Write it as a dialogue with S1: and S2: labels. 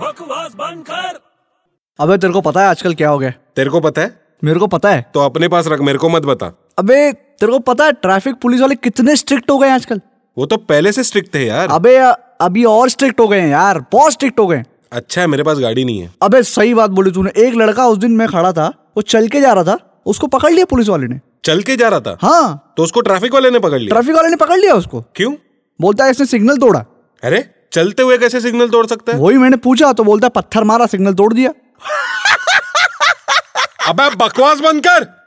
S1: बकवास बंद कर
S2: अबे तेरे को पता है आजकल क्या हो गया
S3: तेरे को पता है
S2: मेरे को पता है
S3: तो अपने पास रख मेरे को मत बता
S2: अबे तेरे को पता है ट्रैफिक पुलिस वाले कितने स्ट्रिक्ट हो गए हैं आजकल
S3: वो तो पहले से स्ट्रिक्ट थे यार
S2: अबे अभी और स्ट्रिक्ट हो गए हैं यार बहुत स्ट्रिक्ट हो गए हैं।
S3: अच्छा है मेरे पास गाड़ी नहीं है
S2: अबे सही बात बोली तूने एक लड़का उस दिन मैं खड़ा था वो चल के जा रहा था उसको पकड़ लिया पुलिस वाले ने
S3: चल के जा रहा था
S2: हाँ
S3: तो उसको ट्रैफिक वाले ने पकड़ लिया
S2: ट्रैफिक वाले ने पकड़ लिया उसको
S3: क्यों
S2: बोलता है इसने सिग्नल तोड़ा
S3: अरे चलते हुए कैसे सिग्नल तोड़ सकता है
S2: वही मैंने पूछा तो बोलता है पत्थर मारा सिग्नल तोड़ दिया
S3: अबे बकवास बंद कर